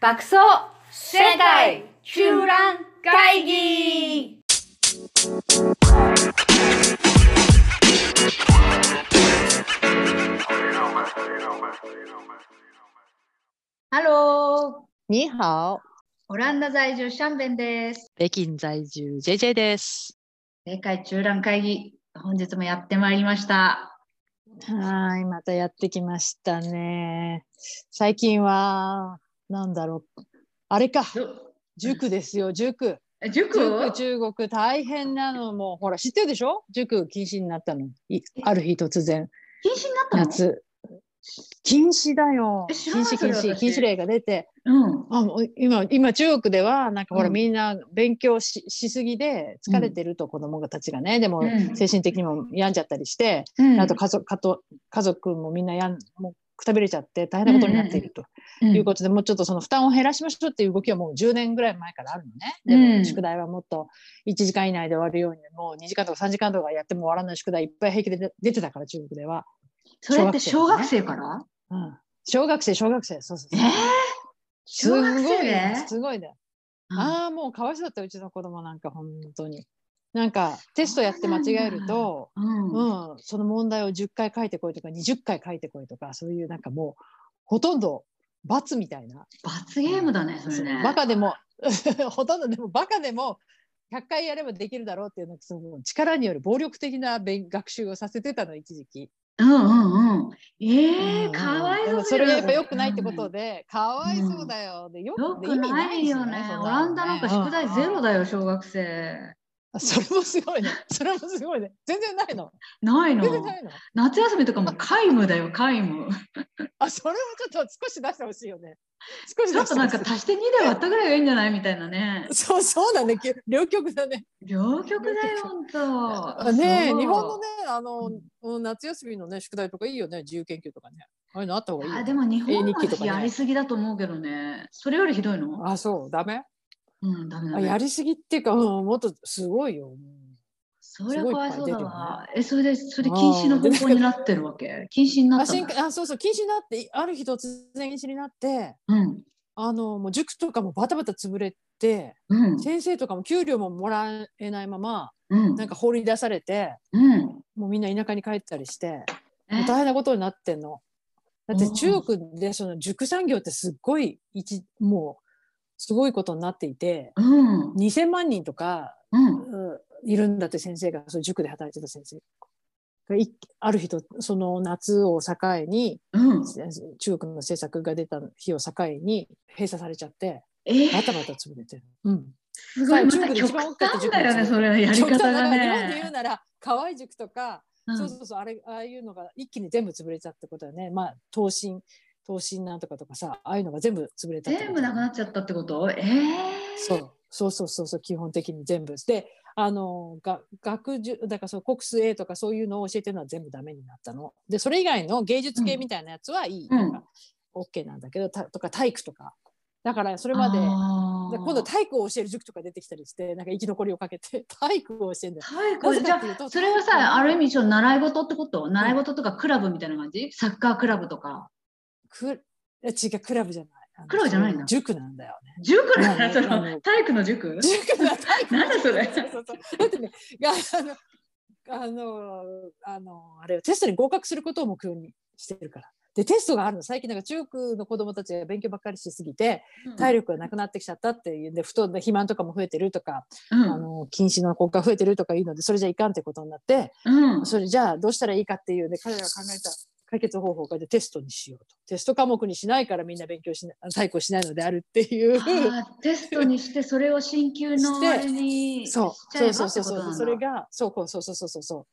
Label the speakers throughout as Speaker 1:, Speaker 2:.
Speaker 1: 爆走世界中覧会議ハロー
Speaker 2: 你好，
Speaker 1: オランダ在住シャンベンです。
Speaker 2: 北京在住 JJ です。
Speaker 1: 世界中覧会議、本日もやってまいりました。
Speaker 2: はーい、またやってきましたね。最近は、なんだろう。あれか、塾ですよ、塾。
Speaker 1: え塾
Speaker 2: 塾、中国、大変なのもう、ほら、知ってるでしょ塾禁止になったの。いある日突然、
Speaker 1: 禁止になったの
Speaker 2: 夏。禁止だよ。
Speaker 1: え知ら
Speaker 2: 禁
Speaker 1: ない
Speaker 2: 止
Speaker 1: そ
Speaker 2: 禁
Speaker 1: れ
Speaker 2: 止、
Speaker 1: 私
Speaker 2: 禁止令が出て。
Speaker 1: うん。
Speaker 2: あもう今今中国ではなんかほら、
Speaker 1: うん
Speaker 2: みんな勉強ししすぎで疲れてると子供たちがね、でも
Speaker 1: うん
Speaker 2: 精神的にも病んじゃったりして、
Speaker 1: うん
Speaker 2: あと家族家と家族もみんなやんもうくたびれちゃって大変なことになっているということで、もうちょっとその負担を減らしましょうっていう動きはもう10年ぐらい前からあるのね。でも
Speaker 1: うん
Speaker 2: 宿題はもっと1時間以内で終わるようにもう2時間とか3時間とかやっても終わらない宿題いっぱい平気で出出てたから中国では。
Speaker 1: それって小学生から
Speaker 2: うん、小学生小学生そうそう
Speaker 1: え
Speaker 2: そう
Speaker 1: ー、
Speaker 2: す
Speaker 1: 小
Speaker 2: ご
Speaker 1: 学生
Speaker 2: い
Speaker 1: で
Speaker 2: ねすごいね。ああ、もうかわいそうだった、うちの子供なんか、本当に。なんか、テストやって間違えると、
Speaker 1: うん
Speaker 2: う。ん、その問題を10回書いてこいとか、20回書いてこいとか、そういうなんかもう、ほとんど罰みたいな。
Speaker 1: 罰ゲームだね、それね。
Speaker 2: バカでも、 ほとんどでも、バカでも、100回やればできるだろうっていうなんかその力による暴力的な勉学習をさせてたの、一時期。
Speaker 1: うんうんうん。ええ
Speaker 2: うん
Speaker 1: かわい
Speaker 2: で
Speaker 1: そう
Speaker 2: も
Speaker 1: だ
Speaker 2: それがやっぱ良くないってことで、かわいそうだよ。で、よ
Speaker 1: よ
Speaker 2: で
Speaker 1: くないよね。
Speaker 2: そん
Speaker 1: オ
Speaker 2: の
Speaker 1: ランダなんか宿題ゼ
Speaker 2: うん
Speaker 1: ロだよ、小学生。
Speaker 2: あそれもすごいね。それもすごいね。全然ないの。
Speaker 1: ない
Speaker 2: 全然
Speaker 1: の
Speaker 2: な。いの。
Speaker 1: 夏休みとかも皆無だよ、皆無。
Speaker 2: あ、それもちょっと少し出してほしいよね。少し
Speaker 1: ちょ
Speaker 2: 出
Speaker 1: っ
Speaker 2: して
Speaker 1: と
Speaker 2: ほ
Speaker 1: な
Speaker 2: し
Speaker 1: ん
Speaker 2: い
Speaker 1: か足して2で割ったぐらいがいいんじゃないみたいなね。
Speaker 2: そう、そうだね。き両極だね。
Speaker 1: 両極だよ、ほんと。
Speaker 2: ねえ
Speaker 1: そう
Speaker 2: 日本のね、あ
Speaker 1: う
Speaker 2: の
Speaker 1: ん、
Speaker 2: うん夏休みのね、宿題とかいいよね。自由研究とかね。ああいうのあった方がいいよね、
Speaker 1: あでも日本
Speaker 2: 絵日記と
Speaker 1: は
Speaker 2: かね
Speaker 1: やりすぎだと思うけどね。それよりひどいの
Speaker 2: あ、そう、ダメ
Speaker 1: うん、ダメだ
Speaker 2: あ
Speaker 1: ね。
Speaker 2: やりすぎっていうか、うん、もっとすごいよ。うん
Speaker 1: それはかわいそうだわ。え、それで、それ
Speaker 2: るよね
Speaker 1: 禁止の方向になってるわけ。禁止にな
Speaker 2: あ
Speaker 1: ったん
Speaker 2: 新
Speaker 1: だ。
Speaker 2: あ、そうそう、禁止になって、ある日突然禁止になって、
Speaker 1: うん。
Speaker 2: あの、もう塾とかもバタバタ潰れて、
Speaker 1: うん。
Speaker 2: 先生とかも給料ももらえないまま、
Speaker 1: うん。
Speaker 2: なんか放り出されて、
Speaker 1: うん。
Speaker 2: もうみんな田舎に帰ったりして、
Speaker 1: え
Speaker 2: もう大変なことになってんの。だって
Speaker 1: うん
Speaker 2: 中国でその塾産業ってすっごい一もうすごいことになっていて
Speaker 1: うん。
Speaker 2: 2,000万人とか、
Speaker 1: うん。
Speaker 2: うんいるんだって先生がそう塾で働いてた先生がいある日とその夏を境に
Speaker 1: うん。
Speaker 2: 中国の政策が出た日を境に閉鎖されちゃって
Speaker 1: え
Speaker 2: バ
Speaker 1: ー、
Speaker 2: タバタ潰れてる。うん
Speaker 1: すごい、ま
Speaker 2: 中
Speaker 1: た
Speaker 2: 国で
Speaker 1: 極
Speaker 2: 一番多かった
Speaker 1: 端
Speaker 2: 塾
Speaker 1: だよね、
Speaker 2: です
Speaker 1: それやり
Speaker 2: 極
Speaker 1: 方
Speaker 2: 端
Speaker 1: が
Speaker 2: な日本で言う
Speaker 1: ね。
Speaker 2: なら河合塾とか
Speaker 1: うん
Speaker 2: そうそうそう、あれ、ああいうのが一気に全部潰れちゃったことだよね。まあ、東進、東進なんとかとかさ、ああいうのが全部潰れたってこと
Speaker 1: 全部なくなっちゃったってことえー、
Speaker 2: そうそうそうそうそう、基本的に全部。で、あの、が学術、だからそう、国数 A とかそういうのを教えてるのは全部ダメになったの。で、それ以外の芸術系みたいなやつはいい。
Speaker 1: うん
Speaker 2: なんか、OK なんだけど、たとか体育とか。だから、それまで、で
Speaker 1: あー
Speaker 2: 今度体育を教える塾とか出てきたりして、なんか生き残りをかけて、体育を教えるんだよ。
Speaker 1: 体
Speaker 2: な
Speaker 1: 育
Speaker 2: ぜ
Speaker 1: じゃ
Speaker 2: か
Speaker 1: あ
Speaker 2: っていうと
Speaker 1: それはさ、ある意味、習い事ってこと習い事とかクラブみたいな感じサッカークラブとか。
Speaker 2: くえ違う、クラブじゃない。あの
Speaker 1: クラブじゃないの
Speaker 2: 塾なんだよね。
Speaker 1: 塾なんだ、
Speaker 2: う ん
Speaker 1: その体育の塾
Speaker 2: 塾だ体育
Speaker 1: なんだそれ
Speaker 2: そうそうそうだってねがあのあのあのあれよテストに合格することを目標にしてるからでテストがあるの最近なんか中国の子どもたちが勉強ばっかりしすぎて体力がなくなってきちゃったっていうんで不当な肥満とかも増えてるとか、
Speaker 1: うん
Speaker 2: あの禁止の子が増えてるとかいうのでそれじゃいかんってことになって
Speaker 1: うん。
Speaker 2: それじゃあどうしたらいいかっていうね彼らが考えた解決方法がでテストにしようとテスト科目にしないからみんな勉強しない体育をしないのであるっていう。
Speaker 1: あーテストにしてそれを進級の
Speaker 2: して
Speaker 1: あれにしちゃえば
Speaker 2: そうそ
Speaker 1: って
Speaker 2: うそうそう
Speaker 1: こと
Speaker 2: そ
Speaker 1: なん
Speaker 2: う
Speaker 1: だ
Speaker 2: それがそうこうそうそうそうそうそう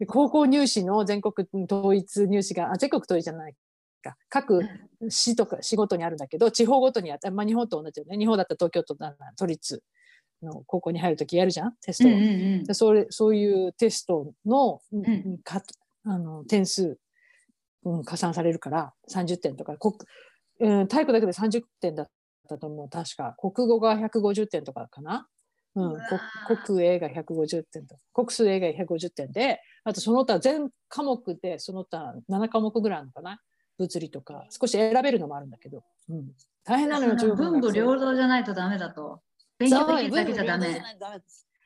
Speaker 2: で高校入試の全国統一入試があ全国統一じゃないか各市とか市ごとにあるんだけど地方ごとにあって、まあ、日本と同じよね日本だったら東京都だな都立の高校に入るときやるじゃんテス
Speaker 1: うんう
Speaker 2: トを、
Speaker 1: んうん
Speaker 2: でそれそういうテストの、うんかあの点数、うん、加算されるから30点とか国、うん、体育だけで30点だったと思う確か国語が150点とかかな、う
Speaker 1: うんわ、
Speaker 2: こ国英が150点と国数英が150点であとその他全科目でその他7科目ぐらいあるのかな物理とか少し選べるのもあるんだけど、うん、大変なのよ中
Speaker 1: その
Speaker 2: 国の
Speaker 1: 文武
Speaker 2: 学生
Speaker 1: 両道じゃないとダメだと。勉強できるだけじゃダ
Speaker 3: そう
Speaker 1: メ。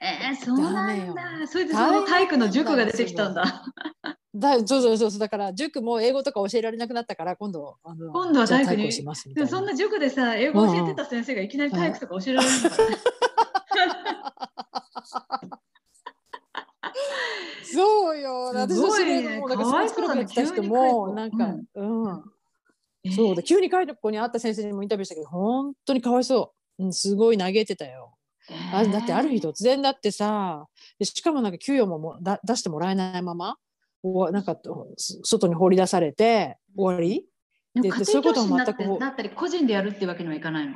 Speaker 1: えー、そうなん
Speaker 2: ダメ
Speaker 1: だ。それでその体育の塾が出てきたんだ。
Speaker 2: だそうそうそうそうだから塾も英語とか教えられなくなったから今度あの
Speaker 1: 今度は
Speaker 2: じゃあ
Speaker 1: 体育に
Speaker 2: 体をしますみた
Speaker 1: でも
Speaker 2: いな
Speaker 1: そんな塾でさ、英語教えてた先生がいきなり体育とか教えられるのかね
Speaker 2: そうよ
Speaker 1: すごいね
Speaker 2: 私の知り合いのもうなんか
Speaker 1: かわいそうだね
Speaker 2: スポーツクラブやってた人も
Speaker 1: 急
Speaker 2: な
Speaker 1: に
Speaker 2: ん
Speaker 1: 帰る
Speaker 2: かうん、そうだ急に帰る子に会った先生にもインタビューしたけど本当にかわいそう、うん、すごい嘆いてたよあだってある日突然だってさでしかもなんか給与ももだ出してもらえないままおわなんかとす外に放り出してもらえないまま終わり出されて終わり
Speaker 1: でも
Speaker 2: で
Speaker 1: 家
Speaker 2: そうい
Speaker 1: 庭教
Speaker 2: うこと
Speaker 1: 師に
Speaker 2: は
Speaker 1: なっ
Speaker 2: 全く
Speaker 1: てなったり個人でやるっていうわけにはいかないの。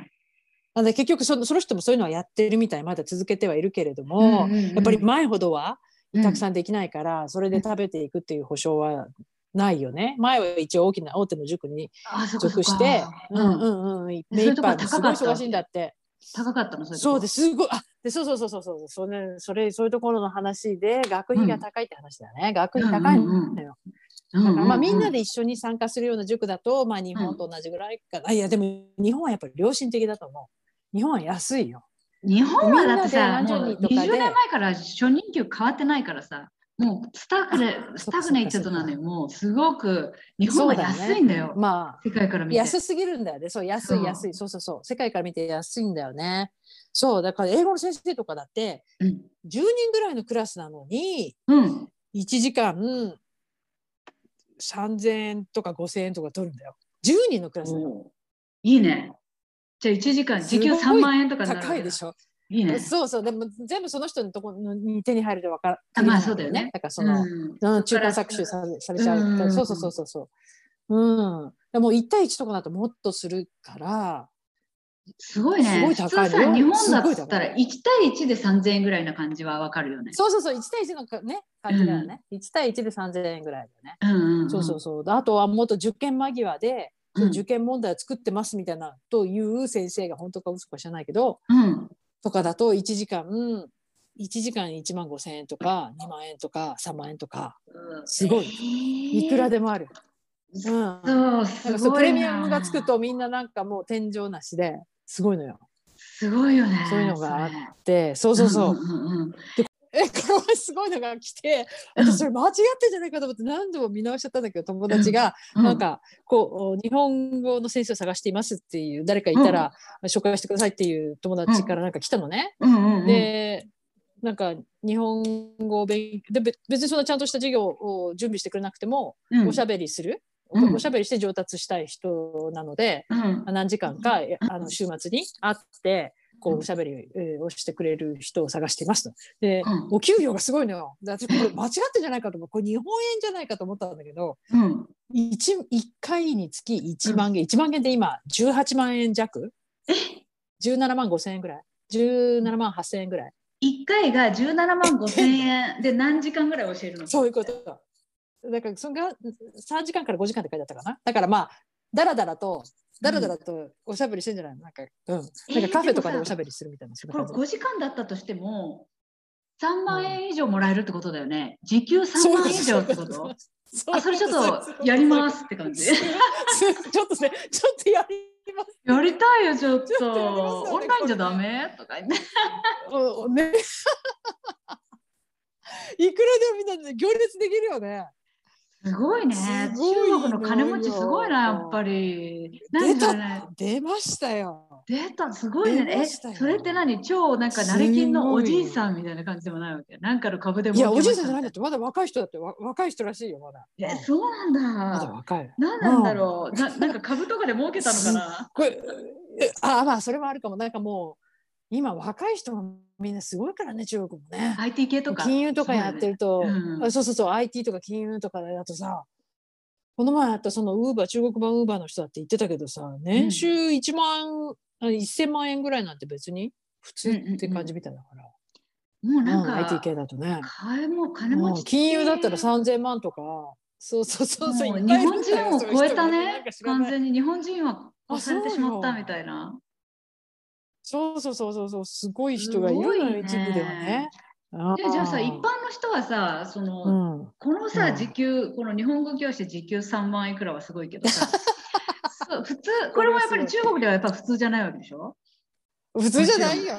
Speaker 2: なんで結局そのその人もそういうのはやってるみたいまだ続けてはいるけれども、やっぱり前ほどはたくさ
Speaker 1: ん
Speaker 2: んできないから、それで食べていくっていう保証はないよね。前は一応大きな大手の塾に属
Speaker 1: 属
Speaker 2: して、う
Speaker 1: うんん
Speaker 2: うんうん、
Speaker 1: そう
Speaker 2: 目
Speaker 1: い
Speaker 2: いうっ
Speaker 1: とこ
Speaker 2: ぱ
Speaker 1: はい高
Speaker 2: す
Speaker 1: かっ
Speaker 2: ごい
Speaker 1: た
Speaker 2: 忙しいんだって。
Speaker 1: 高かったのそれ。
Speaker 2: そうですすごいあでそうそうそうそうそうそれそれそういうところの話で学費が高いって話だね。学費高いのよ。
Speaker 1: うんうん
Speaker 2: だからまあみんな
Speaker 1: で
Speaker 2: で一緒に参加するような塾だと、まあ、日本と同じぐらいかな、あいやでも日本はやっぱり良心的だと思う日本は安いよ
Speaker 1: 日本はだってさ、
Speaker 2: みんなで
Speaker 1: もう
Speaker 2: 何十人とかで
Speaker 1: 20年前から初任給変わってないからさ、もうスタッフで
Speaker 2: あ
Speaker 1: スタッフね言っちゃうとなのよ。もうすごく日本は安いんだよ。
Speaker 2: まあ
Speaker 1: 世界から見て。
Speaker 2: 安すぎるんだよねそう安
Speaker 1: そ
Speaker 2: いう安いそうそうそう世界から見て安いんだよねそうだから英語の先生とかだって
Speaker 1: うん。
Speaker 2: 10人ぐらいのクラスなのに
Speaker 1: うん。
Speaker 2: 1時間3000円とか5000円とか取るんだよ10人のクラスだよ
Speaker 1: おーいいね。じゃあ1時間時給
Speaker 2: すご
Speaker 1: 3
Speaker 2: い
Speaker 1: 万円とかになるわけだ
Speaker 2: 高いでしょ
Speaker 1: いいね。
Speaker 2: そうそうでも全部その人のところに手に入るとわから
Speaker 1: あまあそうだよね
Speaker 2: だからその、
Speaker 1: うん
Speaker 2: うん、中間搾取されされちゃ
Speaker 1: う
Speaker 2: う。
Speaker 1: ん
Speaker 2: そうそうそうそうそう。うん。でも1対1とかだともっとするから、
Speaker 1: すごいね。
Speaker 2: すごい
Speaker 1: 普
Speaker 2: 高い
Speaker 1: 通
Speaker 2: のよ
Speaker 1: さ、日本だっ
Speaker 2: す
Speaker 1: つ
Speaker 2: ごい
Speaker 1: っ
Speaker 2: 高
Speaker 1: た
Speaker 2: い
Speaker 1: ら1対1で3000円ぐらいな感じはわかるよね。
Speaker 2: そうそうそう、1対1のかね、感じだよね。1対1で3000円ぐらいだよね。
Speaker 1: うんうんうん、
Speaker 2: そうそうそう。あとはもっと受験間際で、
Speaker 1: うん。
Speaker 2: 受験問題を作ってますみたいなという先生が本当か嘘か知らないけど、
Speaker 1: うん
Speaker 2: とかだと1時間、1時間1万5千円とか、2万円とか、3万円とか、すごい
Speaker 1: い
Speaker 2: いくらでもある。うん。
Speaker 1: そう、
Speaker 2: なん
Speaker 1: す
Speaker 2: かそう
Speaker 1: ご
Speaker 2: プレ
Speaker 1: い
Speaker 2: ミア
Speaker 1: な。
Speaker 2: ムがつくとみんななんかもう天井なしですごいのよ。
Speaker 1: すごいよね。
Speaker 2: そういうのがあっ
Speaker 1: それ
Speaker 2: でそうそうそう。
Speaker 1: んんうんうん
Speaker 2: えこれはすごいのが来て私それ間違ってんじゃないかと思って何度も見直しちゃったんだけど友達が
Speaker 1: うん
Speaker 2: なんかこう日本語の先生を探していますっていう誰かいたら紹介してくださいっていう友達からなんか来たのね。
Speaker 1: うんうんうん、
Speaker 2: でなんか日本語を勉でべ別にそんなちゃんとした授業を準備してくれなくても
Speaker 1: うん
Speaker 2: おしゃべりする、
Speaker 1: うん
Speaker 2: おしゃべりして上達したい人なので、
Speaker 1: うん
Speaker 2: 何時間かえ
Speaker 1: うん
Speaker 2: あの週末に会ってこ
Speaker 1: う
Speaker 2: うんおしゃべりえーをしてくれる人を探していますと。で、
Speaker 1: うん
Speaker 2: お給料がすごいのよ。だってこれ間違ってんじゃないかと思う。これ日本円じゃないかと思ったんだけど、
Speaker 1: うん、
Speaker 2: 1, 一回につき1万円、1万円で今18万円弱17万5千円ぐらい。17万8千円ぐらい。
Speaker 1: 1回が17万5千円で何時間ぐらい教えるの
Speaker 2: そういうことだ。だからそれが3時間から5時間って書いてあったかな。だからまあ、だらだらと、だらだらとおしゃべりしてんじゃないのなんか、うん。なんかカフェとかでおしゃべりするみたいな。そんな
Speaker 1: これ
Speaker 2: 感じ
Speaker 1: 5時間だったとしても3万円以上もらえるってことだよね。時給3万円以上ってこと
Speaker 2: そう。
Speaker 1: あそれちょっとやりますすって感じ
Speaker 2: す。ちょっとね、ちょっとやります。
Speaker 1: やりたいよちょっ
Speaker 2: ちょっとやり
Speaker 1: と。
Speaker 2: ますよ
Speaker 1: オンラインじゃダメとか言って。
Speaker 2: おおね。 いくらでもみんなで行列できるよね。
Speaker 1: すごいね。
Speaker 2: すごいのよ
Speaker 1: 中国の金持ちすごいな、やっぱり。何それ。
Speaker 2: 出ましたよ。
Speaker 1: 出た、すごいね。
Speaker 2: 出ま
Speaker 1: え、
Speaker 2: したよ
Speaker 1: それって何超なんか、成金のおじいさんみたいな感じでもないわけ。なんかの株でも。
Speaker 2: いや、おじいさんじゃないんだって、まだ若い人だって、わ若い人らしいよ、まだ。
Speaker 1: え、そうなん
Speaker 2: まだ
Speaker 1: だ。
Speaker 2: 若い。
Speaker 1: 何なんだろう。ななんか株とかで儲けたのかな。
Speaker 2: これ、えあ、まあ、それもあるかも、なんかもう。今若い人もみんなすごいからね、中国もね。
Speaker 1: IT 系とか。
Speaker 2: 金融とかやってると
Speaker 1: そうだよねうん
Speaker 2: あそうそうそう IT とか金融とかだとさこの前あったそのウーバー中国版ウーバーの人だって言ってたけどさ年収1万、あ1000万円ぐらいなんて別に普通って感じみたいだから、
Speaker 1: もうな
Speaker 2: うん IT
Speaker 1: んか、
Speaker 2: 系だとね、
Speaker 1: 買いも金持
Speaker 2: う
Speaker 1: ち
Speaker 2: ん
Speaker 1: って。
Speaker 2: 金融だったら3000万とかそうそうそうそう
Speaker 1: もう
Speaker 2: いっ
Speaker 1: 日
Speaker 2: ぱいいる
Speaker 1: 本
Speaker 2: んだよ
Speaker 1: 人を超えた
Speaker 2: そういう人もなん
Speaker 1: ね
Speaker 2: か。知ら
Speaker 1: 完
Speaker 2: ない
Speaker 1: 全に日本人は
Speaker 2: あ
Speaker 1: 越されてしまった
Speaker 2: そうよ
Speaker 1: みたいな。
Speaker 2: そうそうそうそうそうすごい人がいるの
Speaker 1: すご
Speaker 2: よ、
Speaker 1: いね
Speaker 2: 一部ではねあ
Speaker 1: でじゃあさ一般の人はさその、
Speaker 2: うん、
Speaker 1: このさ
Speaker 2: うん
Speaker 1: 時給、この日本語教師時給3万いくらはすごいけど さそう普通これもやっぱり中国ではやっぱ普通じゃないわけでしょ
Speaker 2: 普通じゃないよ。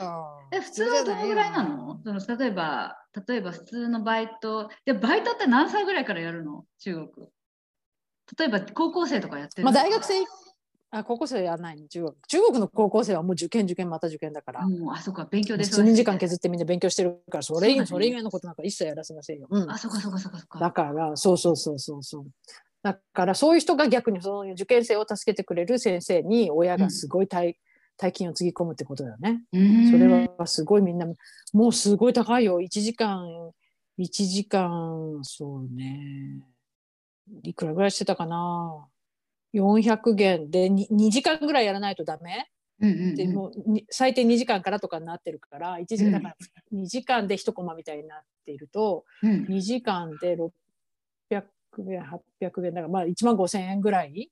Speaker 1: え普通はどのぐらいなのその例えば例えば普通のバイトでバイトって何歳ぐらいからやるの中国例えば高校生とかやってる
Speaker 2: まあ大学生あ高校生はやらないの中国中国の高校生はもう受験受験また受験だから、
Speaker 1: もうあそっか勉強で
Speaker 2: 12時間削ってみんな勉強してるからそれ以外
Speaker 1: そ
Speaker 2: そ
Speaker 1: だ
Speaker 2: う
Speaker 1: ね
Speaker 2: れ以外のことなんか一切やらせませんよ。うん
Speaker 1: あそっかそっかそっかそっか
Speaker 2: だからそうそうそうそうそうだからそういう人が逆にそういう受験生を助けてくれる先生に親がすごい大、大金をつぎ込むってことだよね。
Speaker 1: うーん
Speaker 2: それはすごいみんなもうすごい高いよ1時間1時間そうねいくらぐらいしてたかな400元で 2, 時間ぐらいやらないとダメ
Speaker 1: うんうんうん
Speaker 2: でもうに最低2時間からとかになってるから1時
Speaker 1: うん
Speaker 2: 間だから2時間で1コマみたいになっていると
Speaker 1: うん
Speaker 2: 2時間で600元800元だからまあ1万5,000円ぐらい、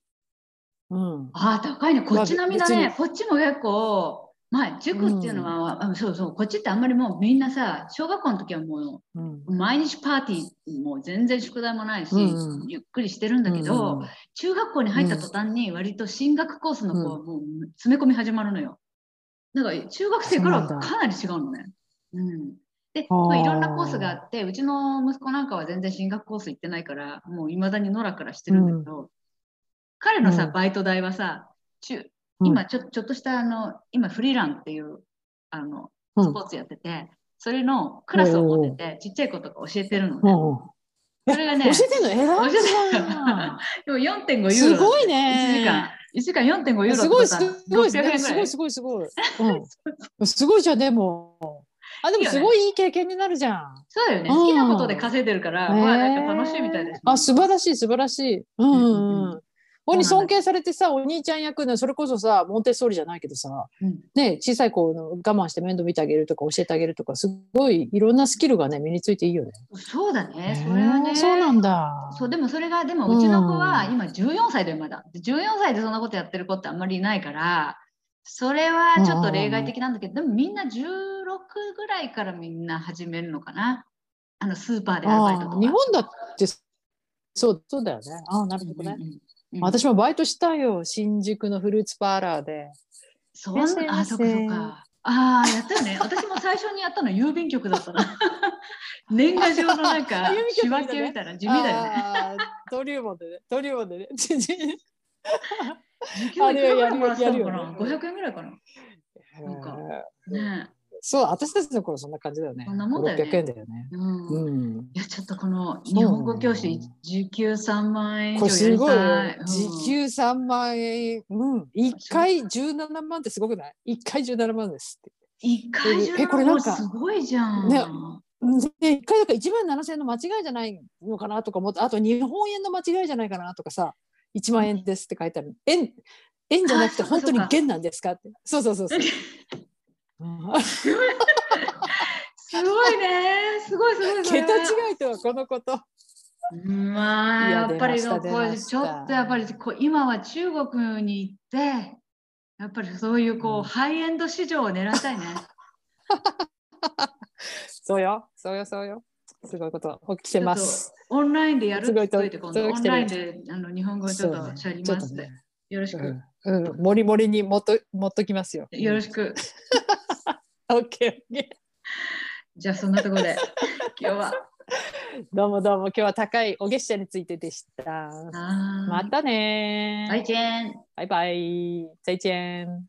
Speaker 2: うん、
Speaker 1: ああ、高いね。こっち並みだ
Speaker 2: まあ
Speaker 1: ね
Speaker 2: 別。
Speaker 1: こっちも結構、まあ、塾っていうのは、あそうそう、こっちってあんまりもうみんなさ、小学校の時はも
Speaker 2: うん
Speaker 1: う、毎日パーティーも全然宿題もないし、
Speaker 2: うんうん
Speaker 1: ゆっくりしてるんだけど、
Speaker 2: うん
Speaker 1: 中学校に入った途端に割と進学コースの子は
Speaker 2: う
Speaker 1: もう詰め込み始まるのよ。だから中学生からは
Speaker 2: そうなんだ
Speaker 1: かなり違うのね。うん、で、
Speaker 2: あー
Speaker 1: まあ、いろんなコースがあってうちの息子なんかは全然進学コース行ってないからもういまだに野良からしてるんだけど、彼のさ
Speaker 2: うん
Speaker 1: バイト代はさ中
Speaker 2: うん
Speaker 1: 今ちょちょっとしたあの今フリーランっていうあの
Speaker 2: うん
Speaker 1: スポーツやってて、それのクラスを持っててちっちゃい子とか教えてるのね。それがね
Speaker 2: 教えてんの偉い
Speaker 1: 教えて
Speaker 2: じ
Speaker 1: ん
Speaker 2: ゃん
Speaker 1: の でも4.5ユーロ
Speaker 2: すごい
Speaker 1: 1時間
Speaker 2: ね。
Speaker 1: 1時間4.5ユーロ
Speaker 2: すご
Speaker 1: だ
Speaker 2: いす
Speaker 1: ったら
Speaker 2: ごい
Speaker 1: 600円ぐら
Speaker 2: すごいすごいすごい。うん、すごいじゃんでも。あで
Speaker 1: いい
Speaker 2: も
Speaker 1: よね
Speaker 2: すごいいい経験になるじゃん。
Speaker 1: そうだよね
Speaker 2: うん
Speaker 1: 好きなことで稼いでるから、まあ
Speaker 2: ねえ
Speaker 1: なんか楽しいみたいです、
Speaker 2: あ素晴らしい素晴らしい。うんう
Speaker 1: うんうん
Speaker 2: んうん。俺に尊敬されてさお兄ちゃん役のそれこそさモンテッソーリじゃないけどさ、
Speaker 1: うん
Speaker 2: ね小さい子の我慢して面倒見てあげるとか教えてあげるとかすごいいろんなスキルがね身についていいよね。
Speaker 1: そうだねそれはね、
Speaker 2: へーそうなんだ。
Speaker 1: そうでもそれがでもうちの子は
Speaker 2: う
Speaker 1: 今14歳だよまだで14歳でそんなことやってる子ってあんまりいないからそれはちょっと例外的なんだけどでもみんな16ぐらいからみんな始めるのかなあのスーパーでアルバイトと
Speaker 2: あ
Speaker 1: か
Speaker 2: ー日本だってそうそうだよね。あーなるほどね。
Speaker 1: うんうんうん
Speaker 2: 私もバイトしたよ新宿のフルーツパーラーで
Speaker 1: そん
Speaker 2: いらっしゃい
Speaker 1: なあ
Speaker 2: ませ
Speaker 1: そっかそっかああやったよ ね私も最初にやったの郵便局だったな年賀状のなんか
Speaker 2: 郵便
Speaker 1: 仕
Speaker 2: 局だね
Speaker 1: 分けみたいな地味だよね
Speaker 2: あードリューモンでねドリューモ ンでね
Speaker 1: 時給いくらぐらいもらってたのかな
Speaker 2: あれはやるよやるよ
Speaker 1: 500円ぐらいかななんかね
Speaker 2: そう私たちの頃そんな感じだよね
Speaker 1: そんなもんだよね
Speaker 2: 600円だよね
Speaker 1: えうん
Speaker 2: うん
Speaker 1: いやちょっとこの
Speaker 2: そうな
Speaker 1: 日
Speaker 2: んだ
Speaker 1: 本語教師時給3万円以
Speaker 2: これ
Speaker 1: 上や
Speaker 2: す
Speaker 1: り
Speaker 2: ごいよ
Speaker 1: たい。
Speaker 2: 時給3万円、うん、1回17万ってすごくない ?1 回17万ですって。
Speaker 1: 一回
Speaker 2: えこれなんか
Speaker 1: すごいじゃん。
Speaker 2: ねで1回だから1万7000円の間違いじゃないのかなとか思ってあと日本円の間違いじゃないかなとかさ1万円ですって書いてある円円じゃなくて
Speaker 1: あそうか
Speaker 2: 本当に元なんですかってそうそうそうそう。うん
Speaker 1: すごいね。すごいすごいすごい。
Speaker 2: 桁違いとはこのこと。
Speaker 1: まあ
Speaker 2: い
Speaker 1: や
Speaker 2: や
Speaker 1: っぱり
Speaker 2: 出ま
Speaker 1: こ
Speaker 2: した出
Speaker 1: う
Speaker 2: ました
Speaker 1: ちょっとやっぱりこう今は中国に行ってやっぱりそういうこう、
Speaker 2: うん
Speaker 1: ハイエンド市場を狙いた いね。
Speaker 2: そうよ、そうよ、そうよ。すごいこと起きてます。
Speaker 1: オンラインでやるって
Speaker 2: すご
Speaker 1: 言
Speaker 2: い
Speaker 1: っといて今度
Speaker 2: すごい
Speaker 1: オ
Speaker 2: 来
Speaker 1: ン
Speaker 2: てる
Speaker 1: ラインであの日本語をちょっ
Speaker 2: そう
Speaker 1: と
Speaker 2: ね
Speaker 1: しゃりますって、
Speaker 2: ちょっとね
Speaker 1: よろしく、
Speaker 2: うん、うん、もりもりにもっと、もっときますよ。
Speaker 1: よろしく。
Speaker 2: オッケー、オッケ
Speaker 1: じゃあそんなとこ ろで今日は。
Speaker 2: ー。どうも、どうも、今日は高いお月謝についてでした。
Speaker 1: 啊，
Speaker 2: またねー
Speaker 1: 再见。
Speaker 2: バイバイ。再见。